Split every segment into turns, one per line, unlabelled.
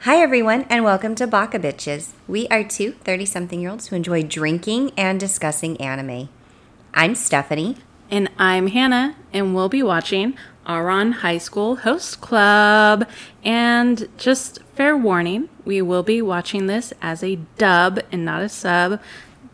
Hi, everyone, and welcome to Baka Bitches. We are two 30 something year olds who enjoy drinking and discussing anime. I'm Stephanie.
And I'm Hannah, and we'll be watching Aron High School Host Club. And just fair warning, we will be watching this as a dub and not a sub.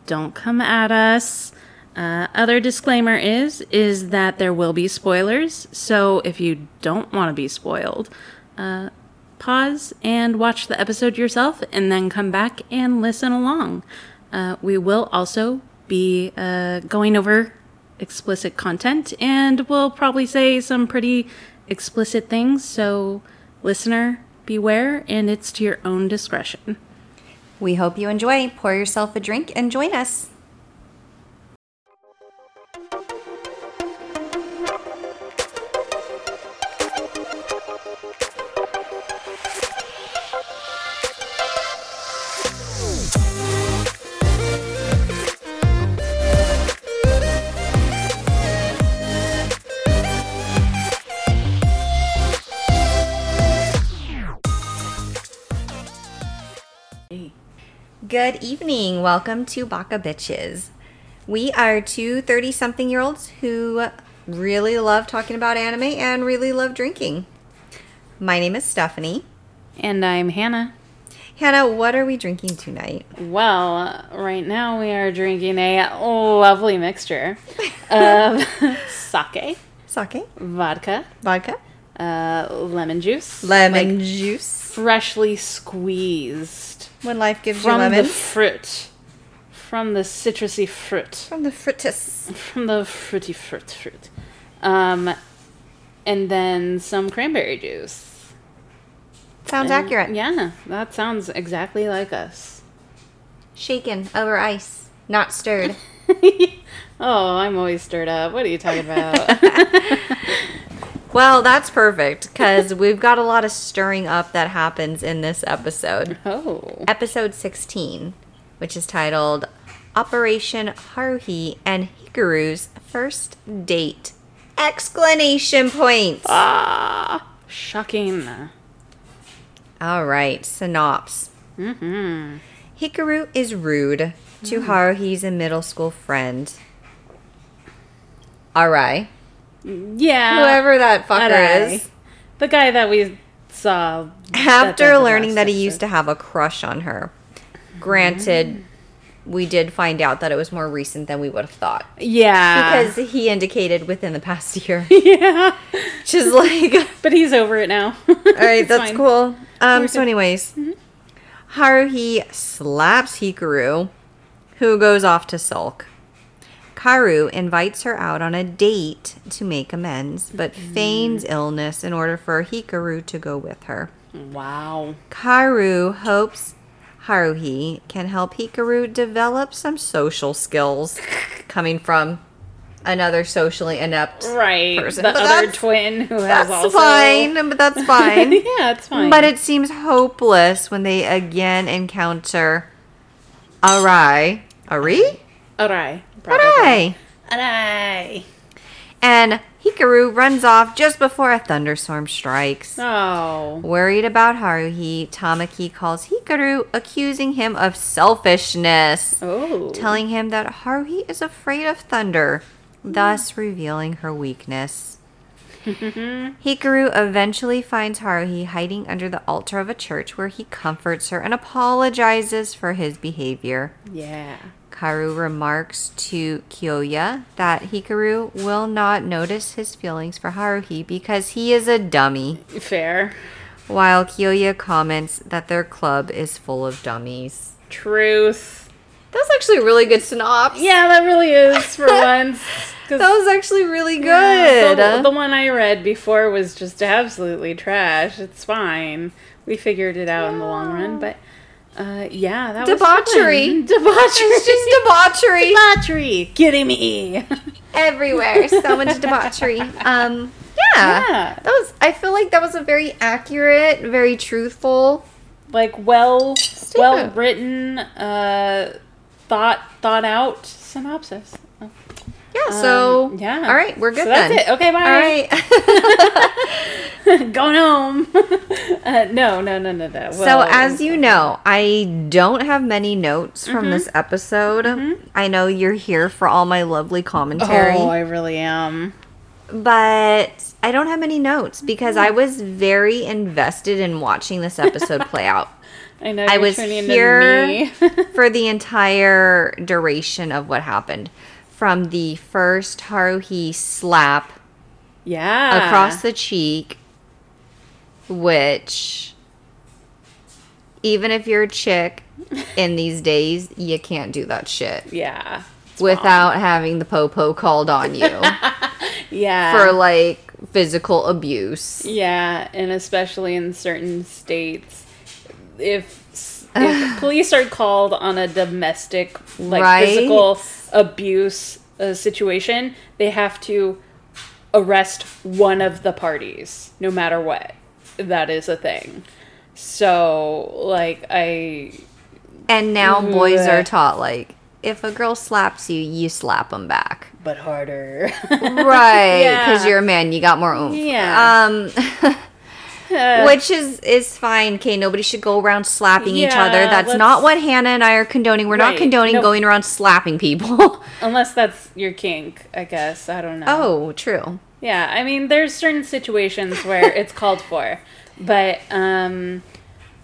Don't come at us. Uh, other disclaimer is is that there will be spoilers, so if you don't want to be spoiled, uh, pause and watch the episode yourself, and then come back and listen along. Uh, we will also be uh, going over explicit content and we'll probably say some pretty explicit things. So, listener, beware, and it's to your own discretion.
We hope you enjoy. Pour yourself a drink and join us. Good evening. Welcome to Baka Bitches. We are two 30 something year olds who really love talking about anime and really love drinking. My name is Stephanie.
And I'm Hannah.
Hannah, what are we drinking tonight?
Well, right now we are drinking a lovely mixture of sake,
Sake,
vodka,
vodka,
uh, lemon juice,
lemon juice.
freshly squeezed
When life gives
from
you
the
lemons.
fruit, from the citrusy fruit.
From the fritters.
from the fruity fruit fruit. Um, and then some cranberry juice.
Sounds
And-
accurate.
Yeah, that sounds exactly like us.
Shaken over ice, not stirred.
oh, I'm always stirred up. What are you talking about?
well, that's perfect because we've got a lot of stirring up that happens in this episode.
oh.
Episode 16, which is titled Operation Haruhi and Hikaru's First Date! Exclamation points!
Ah, shocking.
All right, synops. Mm-hmm. Hikaru is rude to Haruhi's middle school friend. All right.
Yeah.
Whoever that fucker
Arai.
is.
The guy that we saw. at the end
after
of
learning
last
that he
episode.
used to have a crush on her. Granted,
Mm.
we did find out that it was more recent than we would have thought
Yeah.
because he indicated within the past year.
yeah.
Which is like, all
But he's over it now.
right,
It's
that's
fine. Mm-hmm.
cool. Um, so, anyways, Haruhi slaps Hikaru, who goes off to sulk. Karu invites her out on a date to make amends, but
Mm.
feigns illness in order for Hikaru to go with her.
Wow.
Karu hopes Haruhi can help Hikaru develop some social skills coming from another socially inept.
right
person.
the
But
other
that's-
twin who has
That's
also
fine, but that's
yeah
fine.
it's fine
but it seems hopeless when they again encounter Arai. Ari?
alright
Arai!
alright
And Hikaru runs off just before a thunderstorm strikes.
oh
Worried about Haruhi, Tamaki calls Hikaru, accusing him of selfishness.
oh
telling him that Haruhi is afraid of thunder, thus revealing her weakness.
Mm-hmm.
Hikaru eventually finds Haruhi hiding under the altar of a church where he comforts her and apologizes for his behavior.
yeah
Karu remarks to Kyoya that Hikaru will not notice his feelings for Haruhi because he is a dummy,
fair
while Kyoya comments that their club is full of dummies.
truth
That's actually a really good synopsis.
yeah that really is for once 'cause,
That was actually really good.
yeah, the, the one i read before was just absolutely trash it's fine we figured it out in the long run but uh yeah that
Debauchery.
was fun. debauchery
it's just debauchery
debauchery kidding me
everywhere. So much debauchery. Um, yeah.
Yeah.
That was. I feel like that was a very accurate, very truthful.
like well well
it.
written uh thought thought out synopsis
Yeah. So
yeah.
All right, we're good
So that's
then.
it. Okay, bye.
All right.
Going home. uh, no, no, no, no, no.
so as you know, I don't have many notes
Mm-hmm.
from this episode. I know you're here for all my lovely commentary,
Oh, I really am.
but I don't have many notes because
Mm-hmm.
I was very invested in watching this episode play out.
I know.
I
you're
was
turning
here
Into me.
for the entire duration of what happened. From the first Haruhi slap
yeah.
across the cheek, which, even if you're a chick in these days, you can't do that shit
Yeah. It's wrong.
without having the popo called on you
Yeah.
for like physical abuse.
Yeah, and especially in certain states, if if police are called on a domestic like
Right.
physical abuse uh, situation, they have to arrest one of the parties, no matter what. That is a thing. So, like, I
And now boys
Ugh.
are taught like, if a girl slaps you, you slap them back.
but harder.
right because
Yeah.
you're a man you got more oomph
Yeah.
um which is is fine okay nobody should go around slapping each other
Yeah,
that's not
let's-
what hannah and i are condoning we're not
Right,
condoning
no.
going around slapping people
Unless that's your kink, I guess. I don't know.
oh true
Yeah, I mean, there's certain situations where it's called for, but um,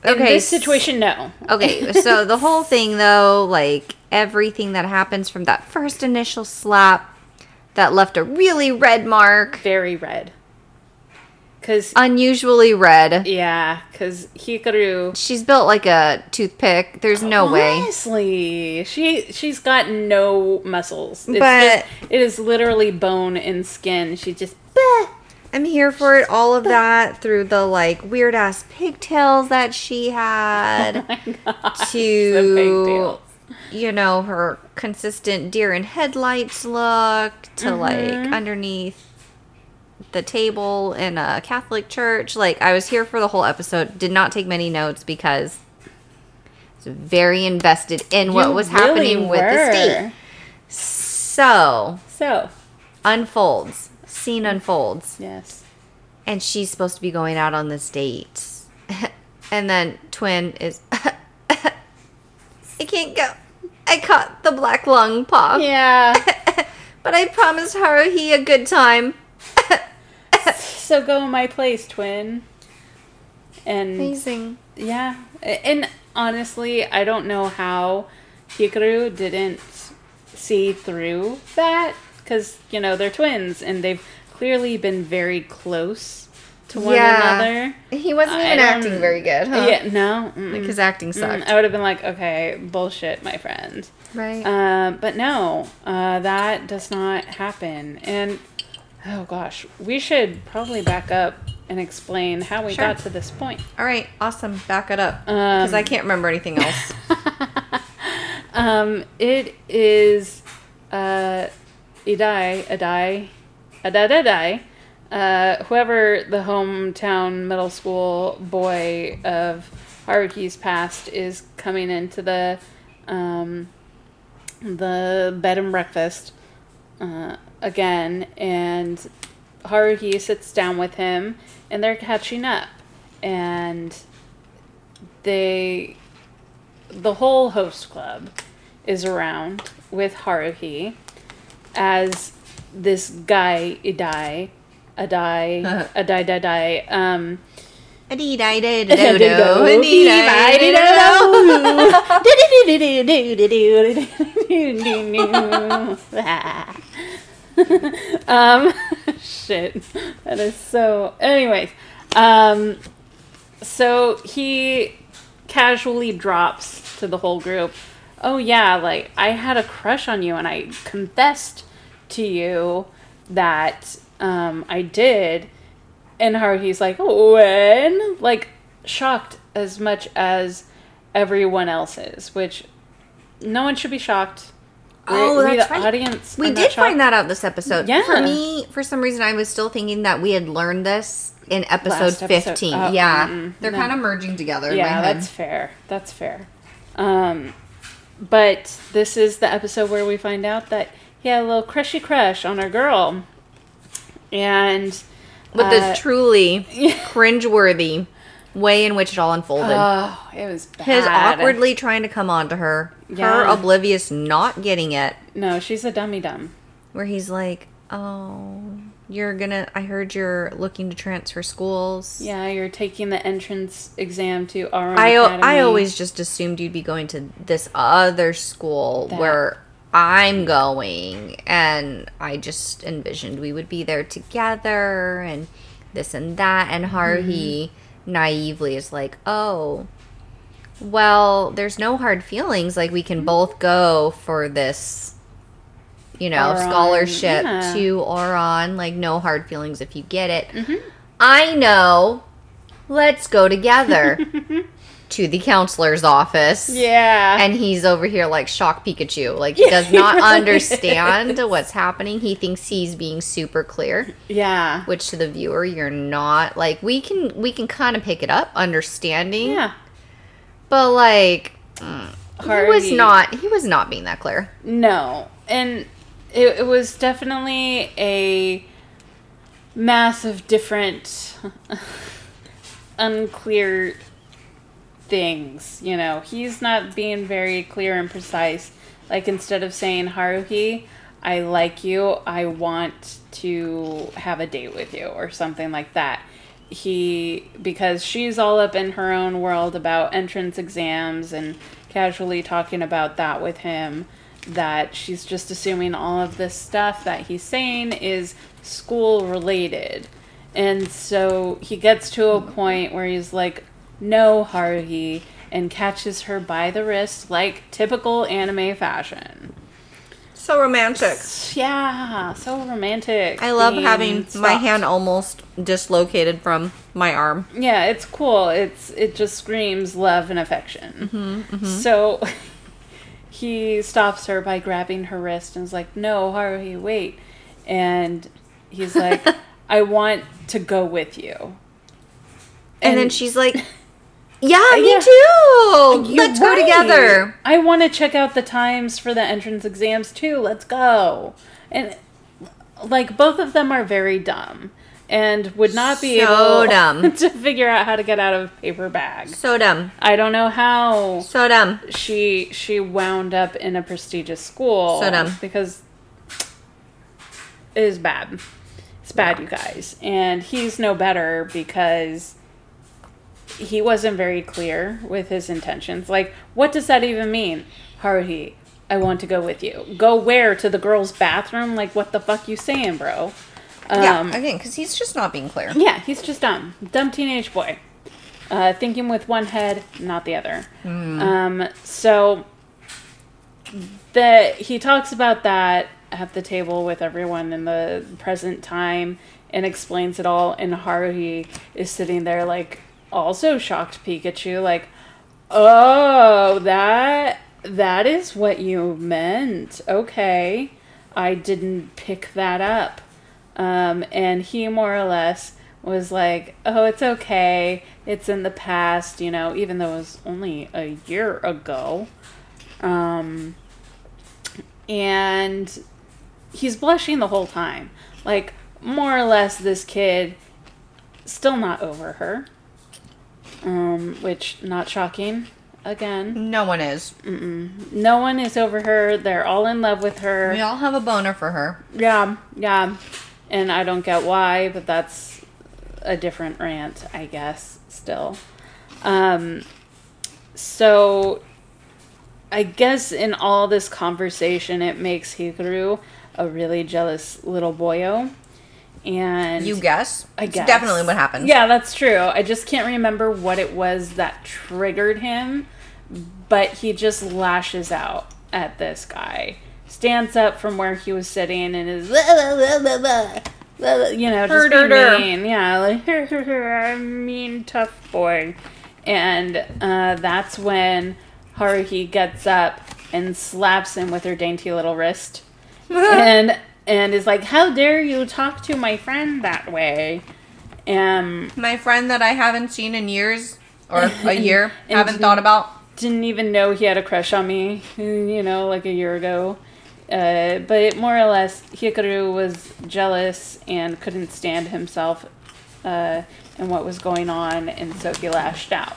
in
Okay,
this situation, no.
okay so the whole thing though like everything that happens from that first initial slap that left a really red mark
Very red. Cause
Uh. unusually red
yeah, cause Hikaru.
she's built like a toothpick there's no way
Honestly, she she's got no muscles. It's
But-
just, it is literally bone and skin. She just
I'm here for it. All of that through the like weird ass pigtails that she
Oh
had to,
pigtails.
you know, her consistent deer in headlights look to
Mm-hmm.
like underneath the table in a Catholic church. Like, I was here for the whole episode. Did not take many notes because I was very invested in what
You
was
really
happening with the
were.
state. So,
So
unfolds. Scene unfolds
yes,
and she's supposed to be going out on this date. and then twin is I can't go. I caught the black lung pop.
yeah.
But I promised Haruhi a good time.
so go in my place, twin. And
Amazing.
Yeah, a- and honestly, I don't know how Hikaru didn't see through that because you know they're twins and they've clearly been very close to one another.
He wasn't
I
even
don't-
acting very good, huh?
Yeah, no, mm-mm.
Uh-huh. Like his acting
Mm,
sucked.
I would have been like, okay, bullshit, my friend.
Right.
Uh, but no, uh, that does not happen. And oh gosh, we should probably back up and explain how we
Sure.
got to this point.
All right. Awesome. Back it up. Because I can't remember anything else.
Um, it is uh, Idai, Adai, Adadadai, uh, whoever the hometown middle school boy of Haruki's past is coming into the um, the bed and breakfast uh, again, and Haruhi sits down with him, and they're catching up, and they the whole host club is around with Haruhi as this guy Idai Adai Adai Dadai um
Adee-dai-dai-da-do-do. Adee-dai-dai-da-do.
um, shit. That is so. Anyways, um, so he casually drops to the whole group. Oh yeah, like I had a crush on you, and I confessed to you that um, I did. And Haruhi's like, when? Like, shocked as much as everyone else is, which no one should be shocked.
Oh,
We're- we,
that's
the
right.
audience.
We did find that out this episode.
Yeah.
For me, for some reason, I was still thinking that we had learned this in episode
Last episode.
15.
Oh,
yeah.
mm-mm.
They're kind of merging together. in
Yeah,
my head.
that's fair. That's fair. Um, but this is the episode where we find out that Yeah, a little crushy crush on our girl. And
With
Uh,
this truly cringeworthy way in which it all unfolded.
oh, it was bad.
His awkwardly trying to come on to her, her
Yeah.
oblivious, not getting it,
No, she's a dummy dumb.
where he's like, "Oh, you're gonna. I heard you're looking to transfer schools.
Yeah, you're taking the entrance exam to our
I I always just assumed you'd be going to this other school
That.
where." I'm going, and I just envisioned we would be there together, and this and that. And Haruhi
Mm-hmm.
naively is like, "Oh, well, there's no hard feelings. Like we
Mm-hmm.
can both go for this, you know,
Oron,
scholarship
yeah.
to Oron. Like no hard feelings if you get it.
Mm-hmm.
I know. Let's go together to the counselor's office.
Yeah.
And he's over here like shock Pikachu. Like he does not
he really
understand what's happening. He thinks he's being super clear
yeah.
which to the viewer you're not like we can we can kind of pick it up understanding
Yeah.
but like mm, he was
Harvey.
not he was not being that clear
No. And it, it was definitely a mass of different unclear things. You know, he's not being very clear and precise. Like, instead of saying, Haruhi, I like you, I want to have a date with you, or something like that. He, because she's all up in her own world about entrance exams and casually talking about that with him, that she's just assuming all of this stuff that he's saying is school related. And so he gets to a point where he's like, no, Haruhi, and catches her by the wrist like typical anime fashion.
so romantic
Yeah, so romantic.
i love
being
having my
soft.
hand almost dislocated from my arm
Yeah, it's cool. It's it just screams love and affection.
Mm-hmm,
So he stops her by grabbing her wrist and is like, "No, Haruhi, wait." And he's like, "I want to go with you."
and, then
And- Uh,
she's like yeah me
Yeah.
too
You're
let's go
right.
together
I want to check out the times for the entrance exams too. Let's go. And like both of them are very dumb and would not be
So
able
dumb.
to figure out how to get out of a paper bag.
so dumb
I don't know how
so dumb
she she wound up in a prestigious school
So dumb.
because it is bad. It's bad, you guys. And he's no better because he wasn't very clear with his intentions. Like, what does that even mean? Haruhi, I want to go with you. Go where? To the girls' bathroom? Like, what the fuck you saying, bro? Um,
yeah again because he's just not being clear
yeah, he's just dumb. Dumb teenage boy. Uh, thinking with one head, not the other. Um, so the he talks about that at the table with everyone in the present time and explains it all and Haruhi is sitting there like also shocked Pikachu like oh that that is what you meant okay I didn't pick that up um, and he more or less was like, "Oh, it's okay. It's in the past, you know, even though it was only a year ago." Um, and he's blushing the whole time. Like more or less, this kid still not over her. Um, which not shocking. Again,
no one is
no one is over her. They're all in love with her.
we all have a boner for her
Yeah, yeah. And I don't get why, but that's a different rant, I guess, still. Um, so I guess in all this conversation, it makes Hikaru a really jealous little boyo. And
you guess
I
It's
guess.
definitely what happened
Yeah, that's true. I just can't remember what it was that triggered him, but he just lashes out at this guy. Stands up from where he was sitting and is, "Blah, blah, blah, blah, blah, blah, blah," you know, just
Herder.
being mean. Yeah, like, I'm mean, tough boy. And uh, that's when Haruhi gets up and slaps him with her dainty little wrist and and is like, "How dare you talk to my friend that way?" Um,
my friend that I haven't seen in years or a year, haven't thought about.
didn't even know he had a crush on me, you know, like a year ago. Uh, but more or less, Hikaru was jealous and couldn't stand himself uh, and what was going on, and so he lashed out.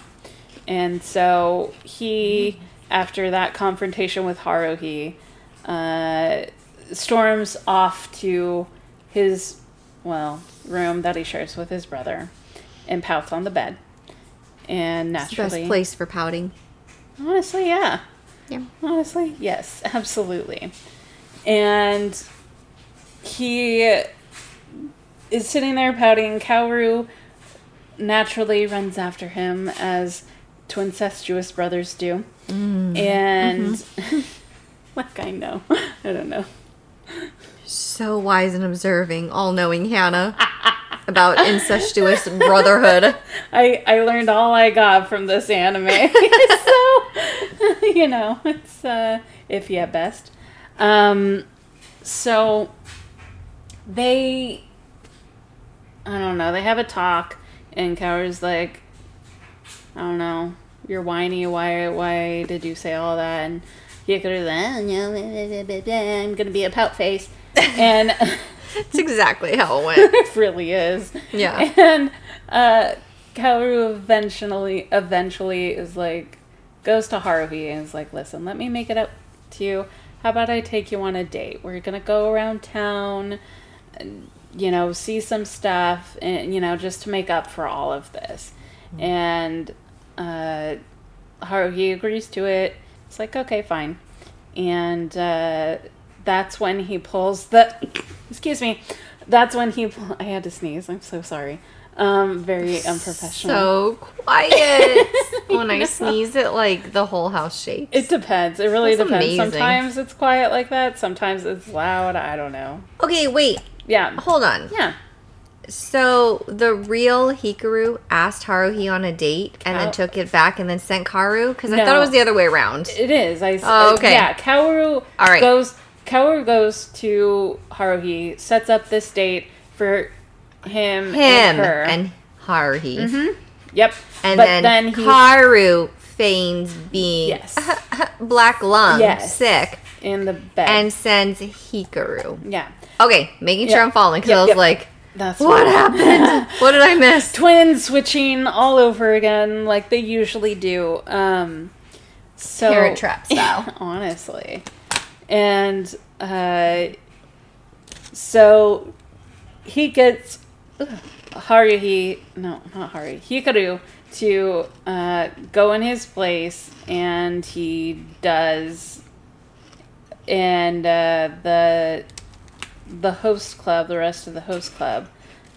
And so he, after that confrontation with Haruhi, uh, storms off to his, well, room that he shares with his brother and pouts on the bed. And
It's the best
naturally,
place for pouting.
honestly, yeah.
Yeah.
Honestly, yes, absolutely. And he is sitting there pouting. Kaoru naturally runs after him as two incestuous brothers do. And like I know. I don't know.
So wise and observing, all knowing Hannah about incestuous brotherhood.
I, I learned all I got from this anime. so, you know, it's uh, iffy at best. Um, so, they, I don't know, they have a talk, and Kaoru's like, I don't know, you're whiny, why, why did you say all that? And Hikaru's like, oh, no, blah, blah, blah, blah, I'm gonna be a pout face. and
It's exactly how it went.
it really is.
Yeah.
And uh, Kaoru eventually, eventually is like, goes to Haruhi and is like, listen, let me make it up to you. How about I take you on a date? We're gonna go around town, and, you know, see some stuff, and you know, just to make up for all of this.
Mm-hmm.
And uh, Haruhi agrees to it. It's like, okay, fine. And uh, that's when he pulls the. Excuse me. That's when he. Pull, I had to sneeze. I'm so sorry. Um, very unprofessional.
So quiet. when I sneeze, it like the whole house shakes.
it depends. It really
That's
depends.
amazing.
Sometimes it's quiet like that. Sometimes it's loud. I don't know.
okay, wait.
Yeah.
Hold on.
Yeah.
So the real Hikaru asked Haruhi on a date and
Cow-
then took it back and then sent Karu? Because I
No.
thought it was the other way around.
It is. I.
Oh, okay.
Yeah. Kaoru
All right.
goes. Kaoru goes to Haruhi. Sets up this date for him.
Him
and her.
and Haruhi.
Yep.
And
but
then,
then he
Karu feigns being
Yes.
black lung
Yes.
sick
in the bed.
and sends Hikaru.
yeah,
Okay, making sure
Yep.
I'm following because
Yep,
I was
yep.
like,
that's
what happened? what did I miss?
Twins switching all over again, like they usually do. Um, so
Parent trap style.
honestly, and uh, so he gets Haruhi, no, not Haruhi, Hikaru to uh, go in his place, and he does. And uh, the the host club, the rest of the host club,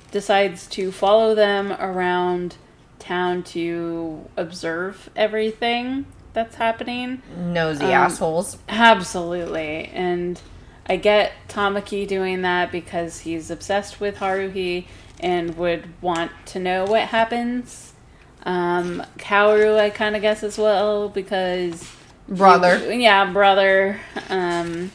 decides to follow them around town to observe everything that's happening.
Nosy
Um,
assholes.
Absolutely. And I get Tamaki doing that because he's obsessed with Haruhi and would want to know what happens. Um, Kaoru, I kind of guess as well because.
Brother.
Yeah, brother. Um,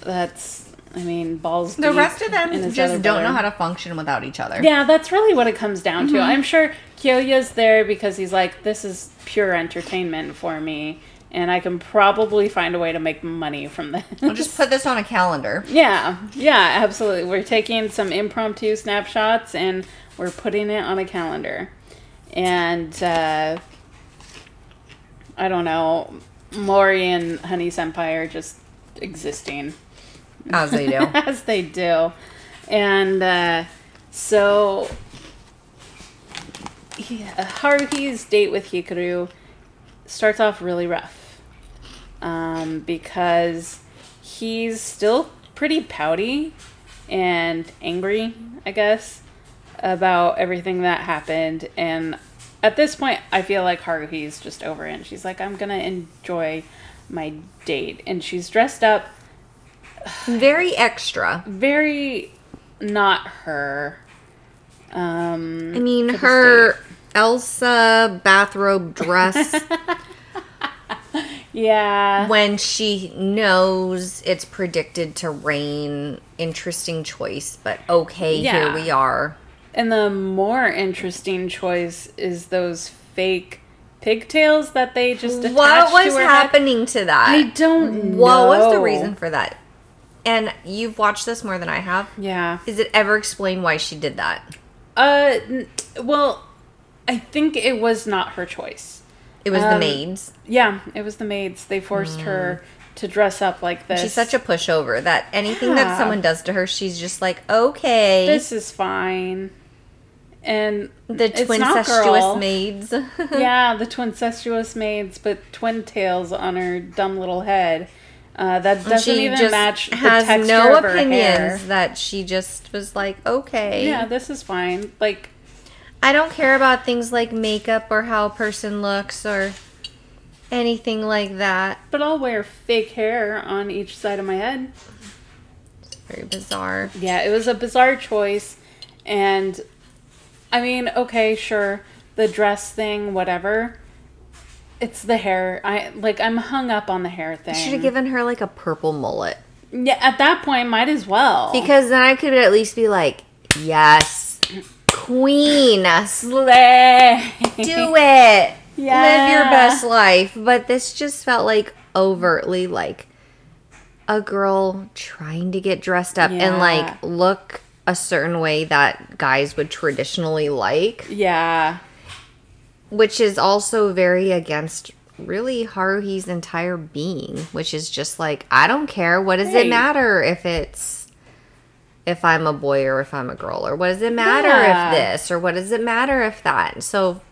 that's, I mean, balls
The
deep
rest of them
in his
just
other
don't know
brother.
how to function without each other.
Yeah, that's really what it comes down to. I'm sure Kyoya's there because he's like, this is pure entertainment for me, and I can probably find a way to make money from this.
I'll just put this on a calendar.
yeah, yeah, absolutely. We're taking some impromptu snapshots and we're putting it on a calendar. And uh, I don't know, Mori and Honey Senpai are just existing
As they do.
as they do. And uh, so he, Haruhi's date with Hikaru starts off really rough um, because he's still pretty pouty and angry, I guess, about everything that happened. And at this point, I feel like Haruhi's just over it. And she's like, I'm going to enjoy my date. And she's dressed up
Very extra.
very not her. Um,
I mean, her Elsa bathrobe dress
yeah,
when she knows it's predicted to rain. Interesting choice, but okay, here
Yeah.
we are.
and the more interesting choice is those fake pigtails that they just attached
What was
to her head?
happening to that?
I don't
What
know.
was the reason for that? And you've watched this more than I have.
Yeah.
Is it ever explained why she did that?
Uh, n- well, I think it was not her choice.
It was the
Um,
maids.
Yeah, it was the maids. They forced her to dress up like this.
Mm. She's such a pushover that anything that
Yeah.
someone does to her, she's just like, okay.
This is fine. And
the
it's
twin
not girl.
incestuous maids.
yeah, the twincestuous maids, but twin tails on her dumb little head. Uh, that doesn't
she
even
just
match the
has
texture
no
of her
opinions
hair.
that she just was like, okay.
Yeah, this is fine. Like,
I don't care about things like makeup or how a person looks or anything like that.
but I'll wear fake hair on each side of my head.
Very bizarre.
Yeah, it was a bizarre choice. And I mean, okay, sure, the dress thing, whatever. It's the hair. I like I'm hung up on the hair thing.
Should have given her like a purple mullet
yeah, at that point might as well.
because then I could at least be like, yes, queen, do
Slay.
it. Live your
Yeah.
best life. But this just felt like overtly like a girl trying to get dressed up and
Yeah.
like look a certain way that guys would traditionally like.
Yeah.
which is also very against really Haruhi's entire being, which is just like I don't care. What does
Right.
it matter if it's if I'm a boy or if I'm a girl, or what does it matter
Yeah.
if this, or what does it matter if that? So,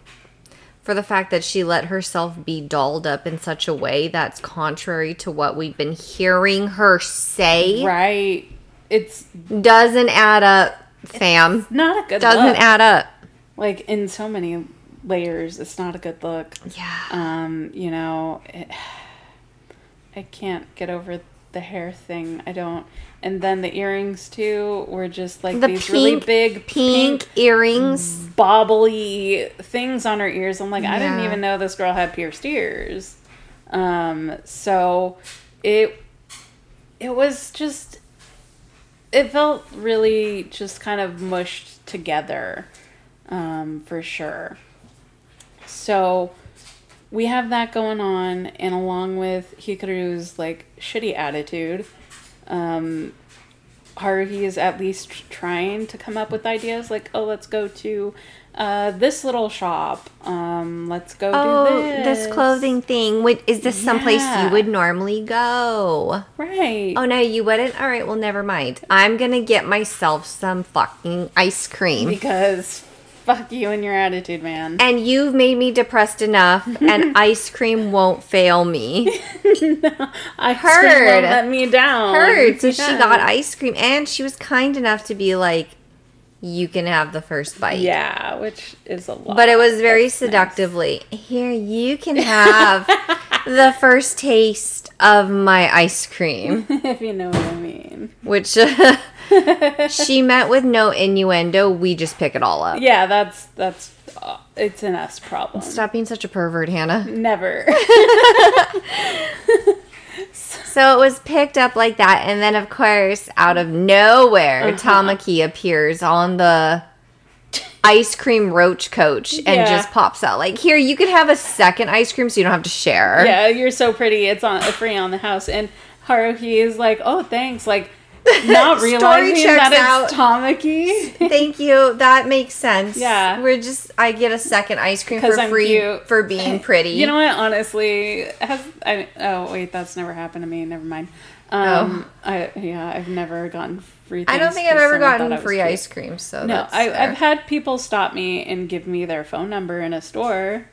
for the fact that she let herself be dolled up in such a way that's contrary to what we've been hearing her say,
Right. It's
doesn't add up, fam.
not a good
Doesn't
look.
add up.
like in so many layers, it's not a good look.
Yeah.
um, you know, it, I can't get over the hair thing. I don't. And then the earrings too were just like
the
these
pink,
really
pink,
big pink
earrings.
bobbly things on her ears. I'm like, I didn't
Yeah.
even know this girl had pierced ears. Um, so it it was just it felt really just kind of mushed together, um, for sure. So we have that going on, and along with Hikaru's like shitty attitude, um, Haruhi is at least trying to come up with ideas like, oh, let's go to uh, this little shop. Um, let's go
Oh,
do this.
this clothing thing. Wait, is this someplace
Yeah.
you would normally go?
Right.
Oh no, you wouldn't. All right, well, never mind. I'm gonna get myself some fucking ice cream.
Because fuck you and your attitude, man.
And you've made me depressed enough, and ice cream won't fail me.
I heard.
Heard.
let me down.
Heard, so she
Yeah.
got ice cream, and she was kind enough to be like, "You can have the first bite."
Yeah, which is a lot.
But it was very seductively. Here, you can have the first taste of my ice cream,
if you know what I mean.
which uh, she met with no innuendo. We just pick it all up.
Yeah, that's that's uh, it's an us problem.
Stop being such a pervert, Hannah.
Never.
So it was picked up like that. And then, of course, out of nowhere,
Uh-huh.
Tamaki appears on the ice cream roach coach and
Yeah.
just pops out. Like, here, you could have a second ice cream so you don't have to share.
yeah, you're so pretty. It's on free on the house, and Haruhi is like, "Oh, thanks." Like, not
Story
realizing
checks
that
out.
it's Tamaki.
Thank you. That makes sense.
Yeah.
We're just I get a second ice cream
'Cause
for
I'm
free
cute.
for being pretty.
You know what? Honestly, has I? Oh wait, that's never happened to me. Never mind. Um, I yeah, I've never gotten free.
Oh. I don't
things
think I've
'cause
ever
someone thought I
gotten
was
free
cute.
ice cream, so
No,
that's
I,
fair.
I've had people stop me and give me their phone number in a store,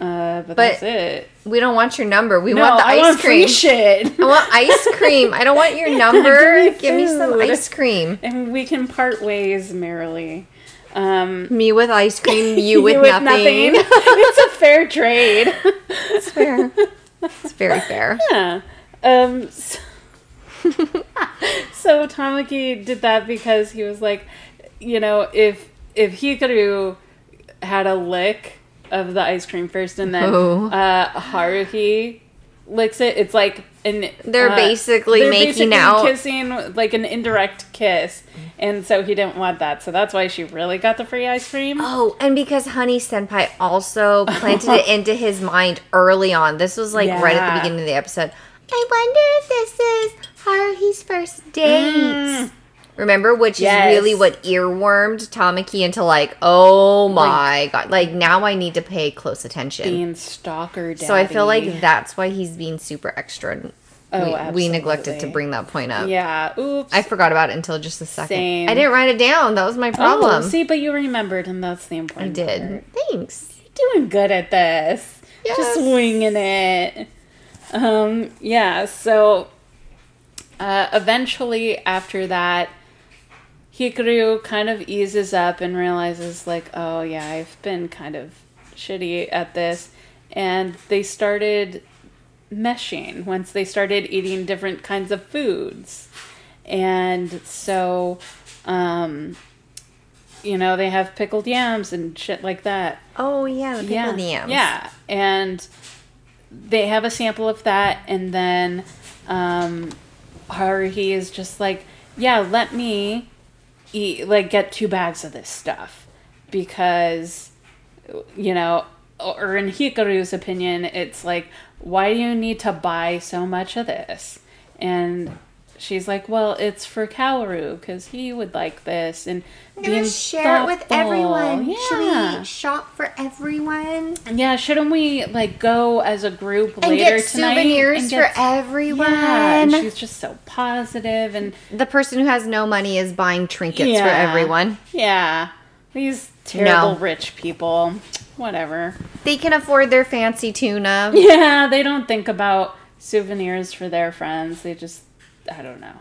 uh, but, that's it.
we don't want your number. We
No,
want the
I
ice
want free
cream.
shit,
I want ice cream. I don't want your number.
Give me
Give me some
food.
ice cream.
and we can part ways merrily. Um,
Me with ice cream, you with nothing.
it's a fair trade.
it's fair. It's very fair.
Yeah. Um, so, so Tamaki did that because he was like, you know, if if Hikaru had a lick of the ice cream first and then
Oh.
uh, Haruhi licks it, it's like an. uh,
They're basically making out.
kissing like an indirect kiss, and so he didn't want that. So that's why she really got the free ice cream.
Oh, and because Honey Senpai also planted it into his mind early on. This was like right at
Yeah.
the beginning of the episode. I wonder if this is Haruhi's first date. Remember, which
Mm. Yes.
is really what earwormed Tamaki into like, oh my god, like now I need to pay close attention.
Being stalker. Daddy.
so I feel like that's why he's being super extra. and
Oh,
we, we neglected to
absolutely.
bring that point up.
Yeah. Oops.
I forgot about it until just a second.
Same.
I didn't write it down. That was my problem.
Oh, see, but you remembered, and that's the
I
important.
did. Thanks.
You're doing good at this.
Yes.
Just winging it. Um, yeah, so uh, eventually after that, Hikaru kind of eases up and realizes, like, oh, yeah, I've been kind of shitty at this. And they started meshing once they started eating different kinds of foods. And so, um, you know, they have pickled yams and shit like that
Oh yeah, the pickled yams.
yeah, and they have a sample of that, and then um, Haruhi is just like, "Yeah, let me eat, like, get two bags of this stuff because, you know." Or in Hikaru's opinion, it's like, why do you need to buy so much of this? And she's like, well, it's for Kaoru because he would like this. And
I'm gonna
being
share it with
thoughtful.
everyone. Should
Yeah.
we shop for everyone
Yeah, shouldn't we like go as a group
and
later
get
tonight
souvenirs
and get-
for everyone?
Yeah, and she's just so positive and
the person who has no money is buying trinkets for
Yeah.
everyone.
Yeah, these terrible
No.
rich people. Whatever.
They can afford their fancy tuna.
Yeah, they don't think about souvenirs for their friends. They just, I don't know,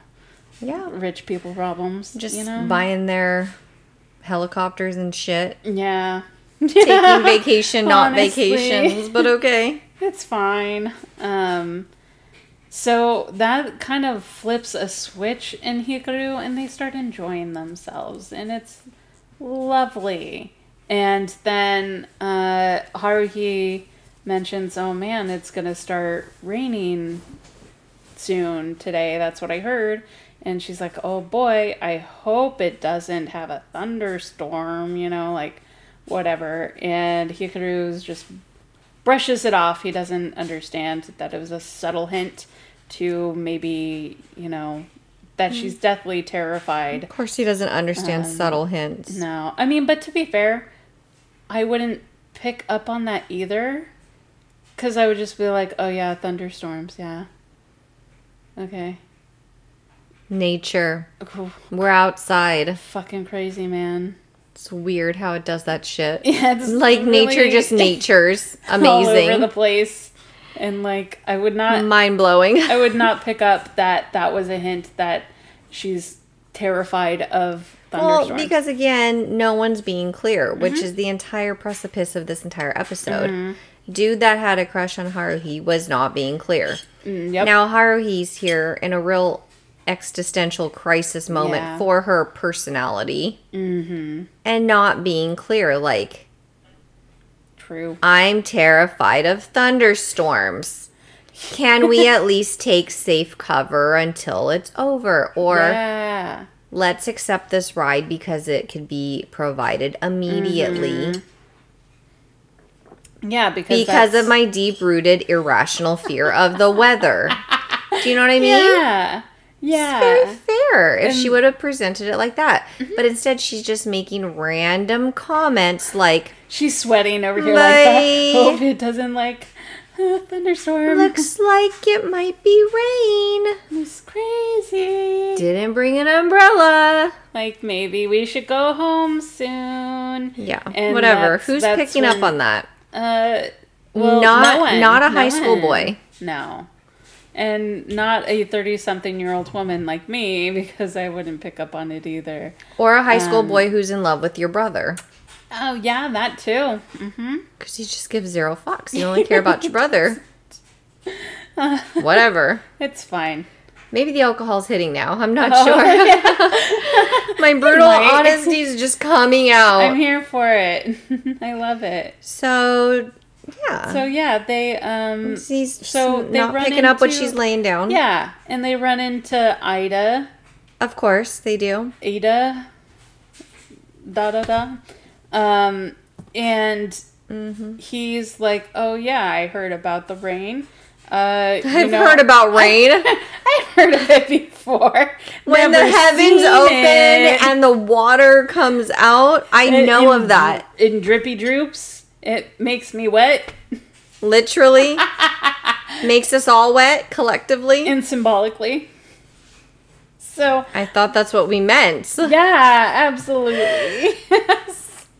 Yeah,
rich people problems.
just
you know.
buying their helicopters and shit.
yeah.
Taking vacation, not
Honestly.
vacations, but okay.
It's fine. Um, so that kind of flips a switch in Hikaru, and they start enjoying themselves, and it's lovely. And then uh, Haruhi mentions, "Oh man, it's gonna start raining soon today. That's what I heard." And she's like, "Oh boy, I hope it doesn't have a thunderstorm. You know, like whatever." And Hikaru's just brushes it off. He doesn't understand that it was a subtle hint to maybe, you know, that she's deathly terrified.
Of course, he doesn't understand subtle hints.
Um, No. I mean, but to be fair, I wouldn't pick up on that either. Because I would just be like, oh, yeah, thunderstorms, yeah. Okay.
Nature.
Cool.
We're outside.
Fucking crazy, man.
It's weird how it does that shit.
Yeah, it's
like nature
really
just natures
All over the
amazing
place. And, like, I would not.
mind blowing
I would not pick up that that was a hint that she's terrified of thunderstorms.
well because again no one's being clear which
Mm-hmm.
is the entire precipice of this entire episode
Mm-hmm.
dude that had a crush on haruhi was not being clear
Mm, yep.
now haruhi's here in a real existential crisis moment
Yeah. Mm-hmm.
for her personality and not being clear like
true.
i'm terrified of thunderstorms can we at least take safe cover until it's over or
Yeah.
let's accept this ride because it could be provided immediately
Yeah, because
because
Mm-hmm. that's-
of my deep rooted irrational fear of the weather. Do you know what I mean?
Yeah.
Very
Yeah.
fair if she would have presented it like that.
Mm-hmm.
But instead, she's just making random comments like,
She's sweating over here like
My-
that. Hope it doesn't like uh, thunderstorm.
looks like it might be rain.
it's crazy.
Didn't bring an umbrella.
like maybe we should go home soon.
Yeah,
And
whatever.
that's-
Who's
that's
picking up
when-
on that?
Uh, well,
Not-
no one.
not a
No
high school
one.
boy.
No, and not a thirty-something-year-old woman like me because I wouldn't pick up on it either.
Or a high school
Um,
boy who's in love with your brother.
Oh yeah, that too. Mm-hmm.
Because you just give zero fucks. You only care about your brother. Whatever.
It's fine.
Maybe the alcohol's hitting now. I'm not
Oh,
sure. My brutal
might.
Oh. honesty is just coming out.
I'm here for it. I love it.
so Yeah.
So yeah, they um
she's
so
so
they
not
run
picking up what
into-
she's laying down.
yeah, and they run into Ida,
Of course they do.
Ada, da da da, um, and
Mm-hmm.
he's like, "Oh yeah, I heard about the rain. Uh, you
I've
know,
heard about rain.
I've heard of it before.
when the
Never
heavens
seen
open
it.
and the water comes out. I
It-
know
in-
of that.
in drippy droops. It makes me wet
Literally makes us all wet collectively.
and symbolically. So
I thought that's what we meant.
yeah, absolutely.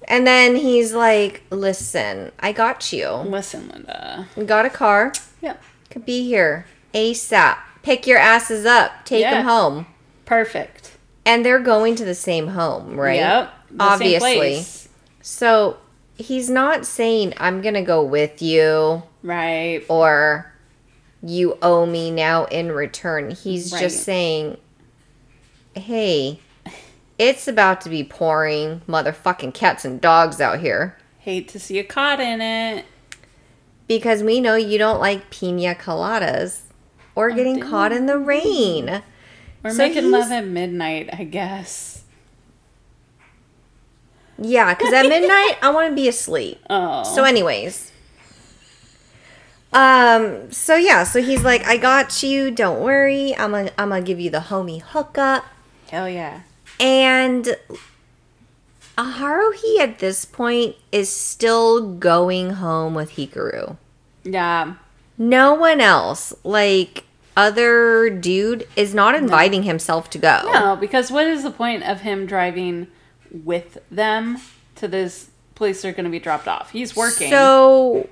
And then he's like, "Listen, I got you.
Listen, Linda.
We got a car.
Yeah,
Could be here ASAP. Pick your asses up. Take
Yeah.
them home."
perfect.
And they're going to the same home, right?
Yep. the same
Obviously.
place.
So he's not saying, I'm going to go with you
Right.
or you owe me now in return. He's
Right.
just saying, hey, it's about to be pouring motherfucking cats and dogs out here
Hate to see a cod in it.
because we know you don't like pina coladas or getting
do.
caught in the rain.
We're
So
making
he's-
love at midnight, I guess.
Yeah, because at midnight, I want to be asleep.
Oh.
So, anyways, um, so yeah, so he's like, "I got you. Don't worry. I'm gonna, I'm gonna give you the homie hookup."
hell yeah.
And Haruhi at this point is still going home with Hikaru.
Yeah.
No one else, like other dude, is not inviting himself to go.
No, because what is the point of him driving with them to this place they're going to be dropped off? He's working.
So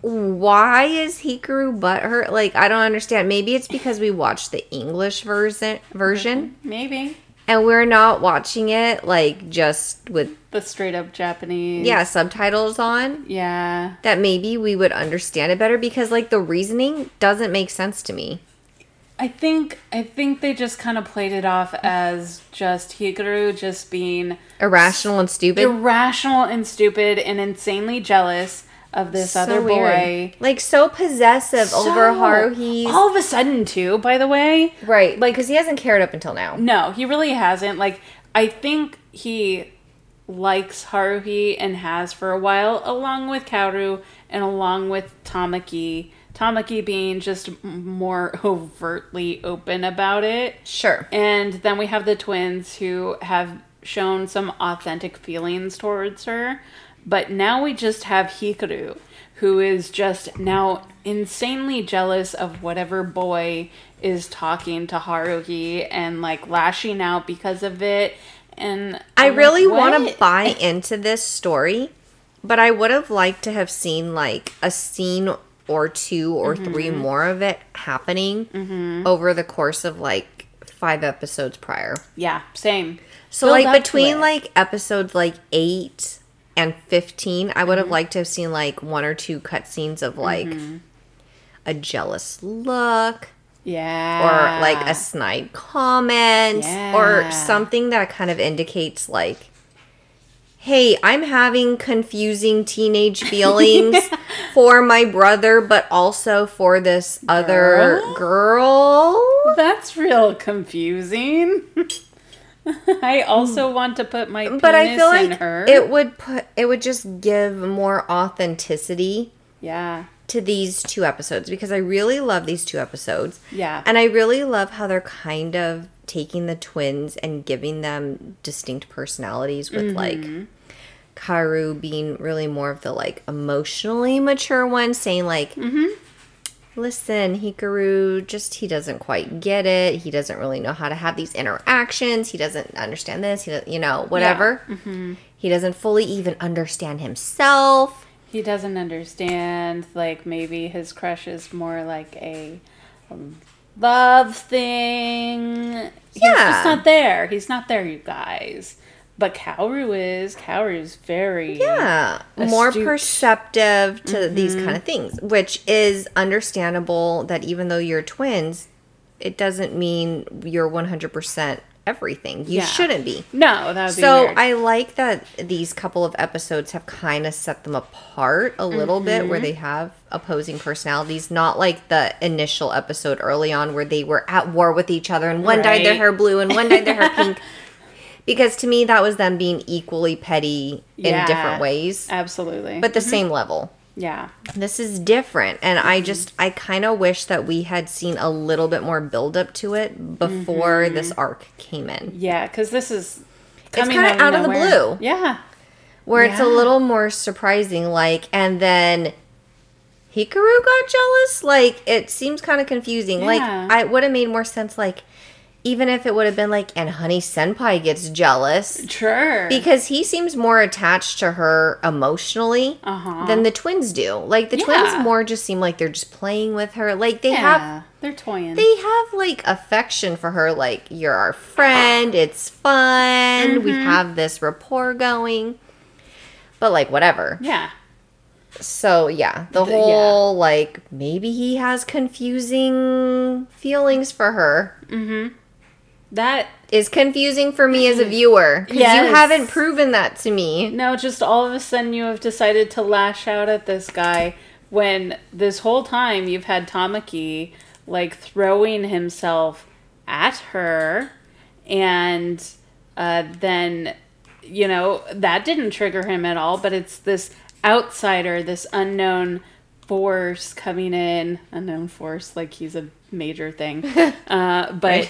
why is Hikaru butthurt? Like I don't understand. Maybe it's because we watched the English version version
maybe
and we're not watching it like just with
the straight up Japanese.
yeah, subtitles on
Yeah.
that maybe we would understand it better because like the reasoning doesn't make sense to me.
I think I think they just kind of played it off as just Hikaru just being
Irrational and stupid.
irrational and stupid and insanely jealous of this
So
other boy.
weird. Like so possessive over
So,
Haruhi's
All of a sudden, too, by the way.
right, like
like-
because he hasn't cared up until now.
No, he really hasn't. Like, I think he likes Haruhi and has for a while, along with Kaoru and along with Tamaki. Tamaki being just m- more overtly open about it.
Sure.
And then we have the twins who have shown some authentic feelings towards her. But now we just have Hikaru, who is just now insanely jealous of whatever boy is talking to Haruhi and like lashing out because of it. And
I
I'm
really
like,
want to
"What?"
buy into this story, but I would have liked to have seen like a scene or two or
Mm-hmm.
three more of it happening over the course of like five episodes prior.
Yeah, same.
So
Build up
like
to
between
it.
like episodes like 8 and 15, I would
Mm-hmm.
have liked to have seen like one or two cutscenes of like a jealous look
yeah,
or like a snide comment or
Yeah.
something that kind of indicates like hey i'm having confusing teenage feelings for my brother but also for this other girl
That's real confusing. I also want to put my penis
but i feel
in
like
her.
it would put it would just give more authenticity
yeah,
to these two episodes because i really love these two episodes
yeah.
And I really love how they're kind of taking the twins and giving them distinct personalities with like Karu being really more of the like emotionally mature one saying like Listen, Hikaru just he doesn't quite get it. He doesn't really know how to have these interactions. He doesn't understand this. He doesn't, you know, whatever. He doesn't fully even understand himself.
he doesn't understand like maybe his crush is more like a um, love thing he's
Yeah.
just not there he's not there you guys but Kaoru is Kaoru's very
yeah more
astute. Mm-hmm.
perceptive to these kind of things which is understandable that even though you're twins it doesn't mean you're 100% everything. You
Yeah.
shouldn't be.
No, that would be
So
weird.
I like that these couple of episodes have kind of set them apart a little bit
Mm-hmm.
where they have opposing personalities, not like the initial episode early on where they were at war with each other and one dyed their
Right.
hair blue and one dyed their hair pink. Because to me that was them being equally petty in
Yeah. Mm-hmm.
different ways,
absolutely.
but the same level.
yeah,
This is different and
Mm-hmm.
I just I kind of wish that we had seen a little bit more build up to it before this
Mm-hmm.
arc came in.
yeah, because this is coming
kinda
out,
out of the
nowhere.
blue.
Yeah,
where it's
Yeah.
a little more surprising like and then hikaru got jealous like it seems kind of confusing like
Yeah.
i would have made more sense like even if it would have been like and honey senpai gets jealous
sure.
because he seems more attached to her emotionally
Uh-huh.
than the twins do like the
Yeah.
twins more just seem like they're just playing with her like they have
yeah, they're toying.
they have like affection for her like you're our friend it's fun we
Mm-hmm.
have this rapport going but like whatever
yeah,
so yeah the
The- yeah.
whole like maybe he has confusing feelings for her
that
is confusing for me as a viewer because
Mm-hmm. Yes.
you haven't proven that to me
No, just all of a sudden you have decided to lash out at this guy when this whole time you've had Tamaki like throwing himself at her and uh, then you know that didn't trigger him at all but it's this outsider this unknown force coming in unknown force like he's a major thing uh, but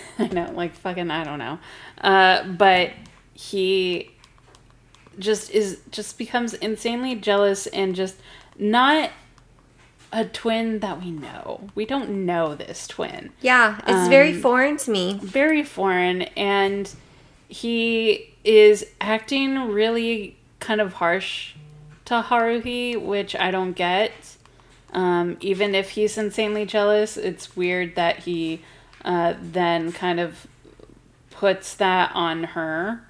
i know like fucking i don't know uh, but he just is just becomes insanely jealous and just not a twin that we know. We don't know this twin.
yeah it's very
Um,
foreign to me
Very foreign and he is acting really kind of harsh to Haruhi, which I don't get. Um, even if he's insanely jealous, it's weird that he uh, then kind of puts that on her.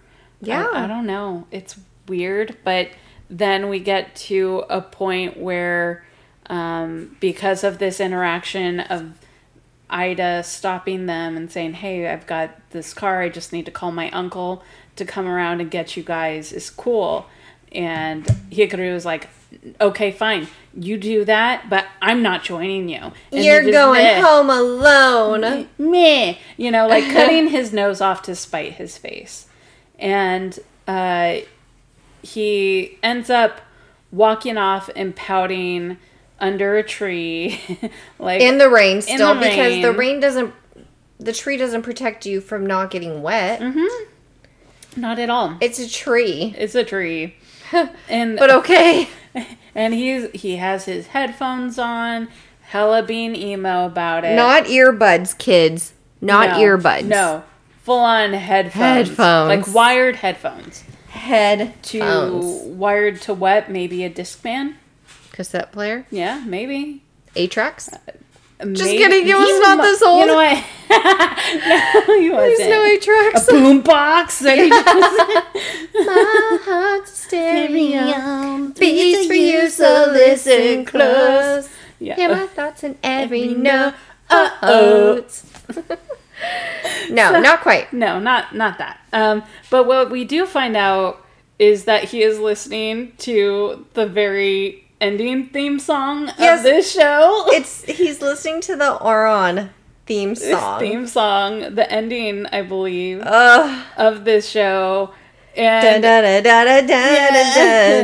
I-
Yeah.
I, don't know. It's weird, but then we get to a point where, um, because of this interaction of Ida stopping them and saying, "Hey, I've got this car. I just need to call my uncle to come around and get you guys." Is cool, and Hikaru was like, "Okay, fine. You do that, but I'm not joining you. And
you're
he just
going
meh,
home alone
Uh, Meh, you know, like cutting his nose off to spite his face, and uh, he ends up walking off and pouting under a tree, like
in the rain
the
still because the
rain.
rain doesn't the tree doesn't protect you from not getting wet
not at all.
It's a tree.
It's a tree. and
But uh, okay.
and he's he has his headphones on, hella being emo about it.
Not earbuds, kids. Not
No,
earbuds.
No. Full on headphones.
Headphones.
Like wired headphones.
Head
To
phones.
wired to what? Maybe a Discman?
Cassette player?
Yeah, maybe.
A tracks?
Just
kidding, it was not this
You
old.
know what? no, he
There's
wasn't.
no A tracks.
Boom box.
My heart's stereo. Beats for you, so listen close. Hear my
yeah.
thoughts in every note. Uh oh. no, not quite.
No, not not that. Um, but what we do find out is that he is listening to the very ending theme song
Yes.
of this show.
It's he's listening to the Oron theme
This
song.
theme song, the ending, I believe,
Ugh.
of this show.
Da,
And
da, da, da, da, da, da,
Yeah.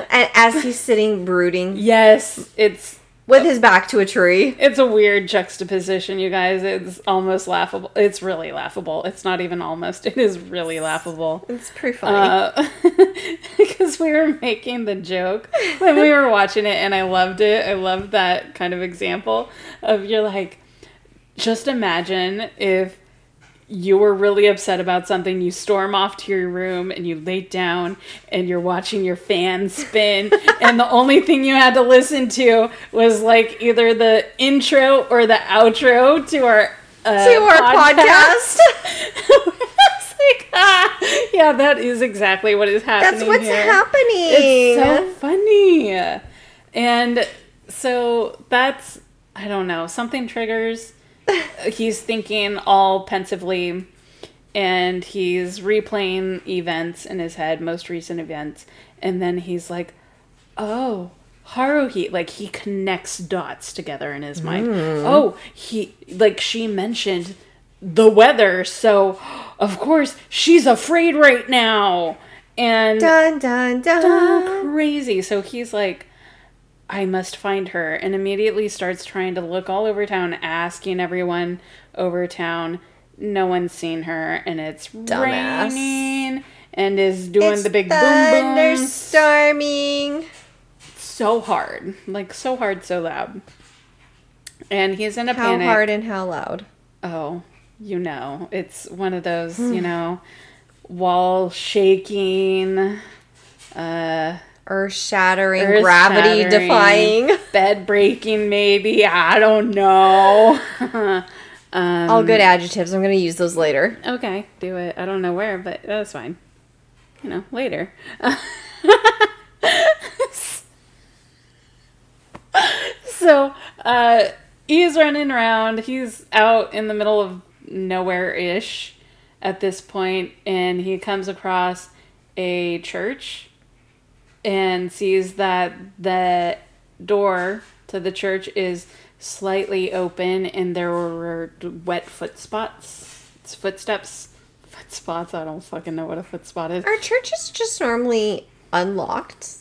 da. And as he's sitting brooding
yes, it's
with his back to a tree.
it's a weird juxtaposition, you guys. It's almost laughable. It's really laughable. It's not even almost. It is really laughable.
It's
Uh,
pretty funny.
because we were making the joke when we were watching it and i loved it i loved that kind of example of you're like just imagine if you were really upset about something you storm off to your room and you lay down and you're watching your fan spin and the only thing you had to listen to was like either the intro or the outro to our uh,
to our podcast.
It's like, ah, yeah, that is exactly what is happening.
That's what's
here.
happening.
It's so funny, and so that's I don't know. Something triggers. He's thinking all pensively, and he's replaying events in his head, most recent events, and then he's like, "Oh, Haruhi!" Like he connects dots together in his mind. Oh, he like she mentioned the weather, so of course she's afraid right now, and
Dun dun dun.
crazy. So he's like, I must find her, and immediately starts trying to look all over town, asking everyone over town. No one's seen her, and it's
Dumbass.
raining, and is doing
It's
the big boom boom
thunderstorming.
so hard, like so hard, so loud. And he's in a
How
panic.
hard and how loud?
Oh, you know, it's one of those,
Hmm.
you know, wall shaking. Uh,
Earth shattering,
Earth
gravity
shattering,
defying.
bed breaking maybe i don't know um,
All good adjectives. I'm going to use those later.
okay do it i don't know where but that's fine you know later so uh he's running around he's out in the middle of nowhere ish at this point and he comes across a church and sees that the door to the church is slightly open and there were wet foot spots it's footsteps foot spots i don't fucking know what a foot spot is
Are churches just normally unlocked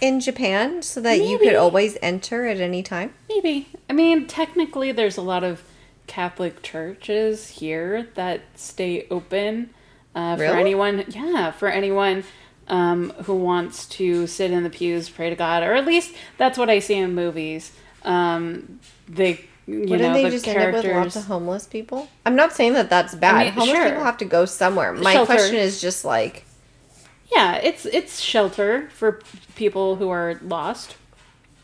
in Japan so that you could
Maybe.
always enter at any time?
Maybe. I mean, technically, there's a lot of Catholic churches here that stay open uh, for
Really?
anyone. Yeah, for anyone um, who wants to sit in the pews, pray to God, or at least that's what I see in movies. Um, they, you
Wouldn't
know,
they
the
just
characters.
end up with lots of homeless people? I'm not saying that that's bad.
mean,
homeless
sure.
people have to go somewhere. My
Shelter.
question is just like,
Yeah, it's it's shelter for people who are lost,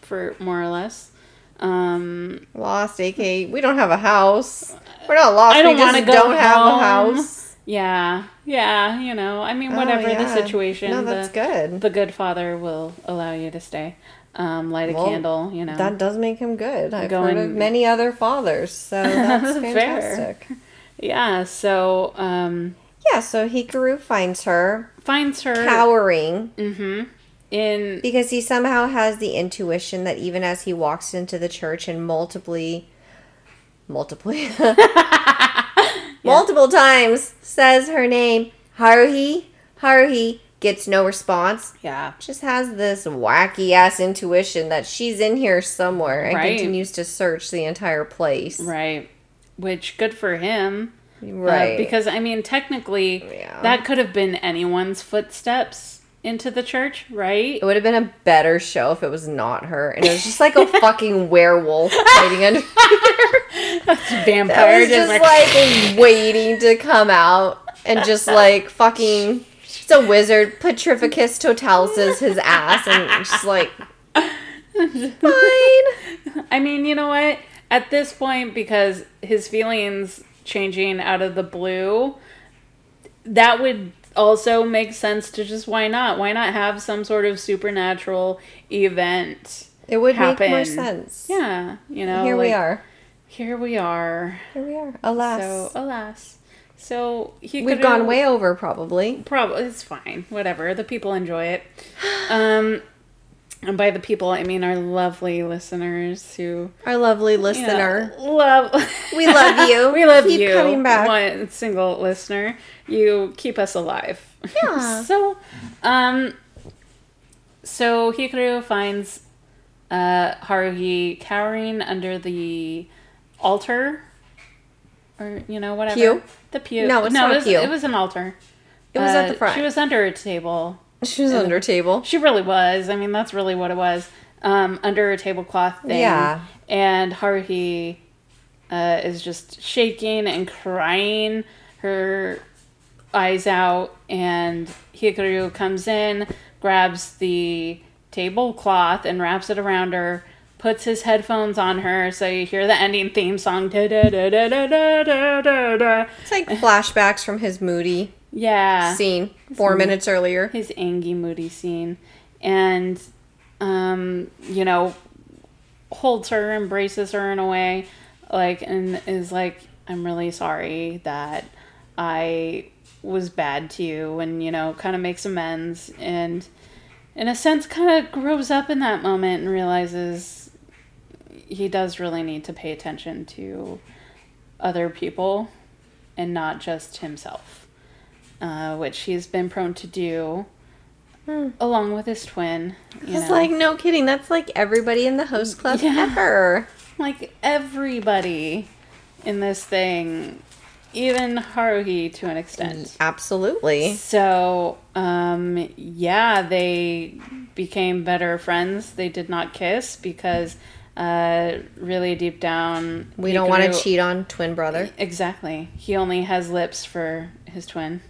for more or less. Um,
lost, aka, we don't have a house. We're not lost.
I don't
we
want to
just
go.
don't have a
home.
house.
Yeah, yeah. You know, I mean, whatever
Oh, yeah.
the situation,
No, that's
the,
good.
the good father will allow you to stay. Um, light a
Well,
candle. You know,
That does make him good. I've
Going-
heard of many other fathers, so that's
Fair.
fantastic.
yeah. So um,
Yeah, so Hikaru finds her
finds her mm-hmm,
cowering
in
because he somehow has the intuition that even as he walks into the church and multiply multiply multiple times says her name haruhi haruhi gets no response
yeah.
just has this wacky ass intuition that she's in here somewhere and
Right.
continues to search the entire place
Right. Which good for him. uh,
right
because I mean, technically,
Yeah.
that could have been anyone's footsteps into the church, right?
it would have been a better show if it was not her and it was just like a fucking werewolf hiding under I
Vampire
was just like waiting to come out and just like fucking. It's a wizard. Petrificus totalises his ass and just like fine.
I mean, you know what? At this point, because his feelings changing out of the blue, that would also make sense to just why not? Why not have some sort of supernatural event?
It would make more
Happen.
sense.
Yeah, you know.
Here we
like,
are.
Here we are.
Here we are. Alas,
So alas. So he
we've
could've-
gone way over probably.
Probably it's fine. Whatever. The people enjoy it. Um, and by the people, I mean our lovely listeners who
Our lovely
you
listener.
know, love.
We love you.
we love
Keep
you.
coming back.
One single listener, you keep us alive.
Yeah.
so, um, so Hikaru finds uh, Haruhi cowering under the altar, or you know whatever
Pew?
The pew.
No, it's not
it
a
was,
pew.
It was an altar. Uh,
It was at the front.
She was under a table.
She was under a table.
She really was. I mean, that's really what it was. Um, under a tablecloth thing.
Yeah.
And Haruhi uh, is just shaking and crying her eyes out. And Hikaru comes in, grabs the tablecloth and wraps it around her, puts his headphones on her. So you hear the ending theme song. Da, da, da, da, da, da, da, da, da.
It's like flashbacks from his moody
Yeah.
scene four minutes earlier.
his Angie Moody scene, and um, you know, holds her, embraces her in a way, like, and is like, "I'm really sorry that I was bad to you and you know kind of makes amends and in a sense kind of grows up in that moment and realizes he does really need to pay attention to other people and not just himself uh, which he's been prone to do along with his twin you
Hmm. It's
know.
like no kidding. That's like everybody in the host club
Yeah.
ever.
like everybody in this thing even haruhi to an extent
Absolutely.
So, um, yeah, they became better friends. They did not kiss because, uh, really deep down,
We
he
don't want to
grew-
cheat on twin brother.
Exactly. He only has lips for his twin.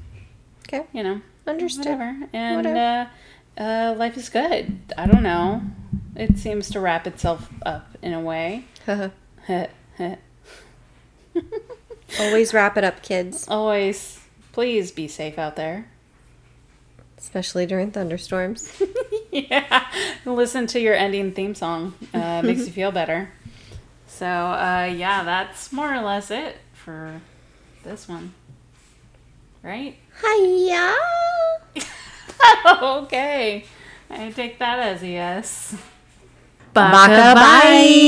Okay.
You know,
Understood.
whatever. And
Whatever.
Uh, uh, life is good. I don't know. It seems to wrap itself up in a way.
Always wrap it up, kids,
Always, please be safe out there.
especially during thunderstorms.
yeah. Listen to your ending theme song. Uh, makes you feel better. So, uh, yeah, that's more or less it for this one. Right?
Hiya!
okay. I take that as a yes.
Baka bye.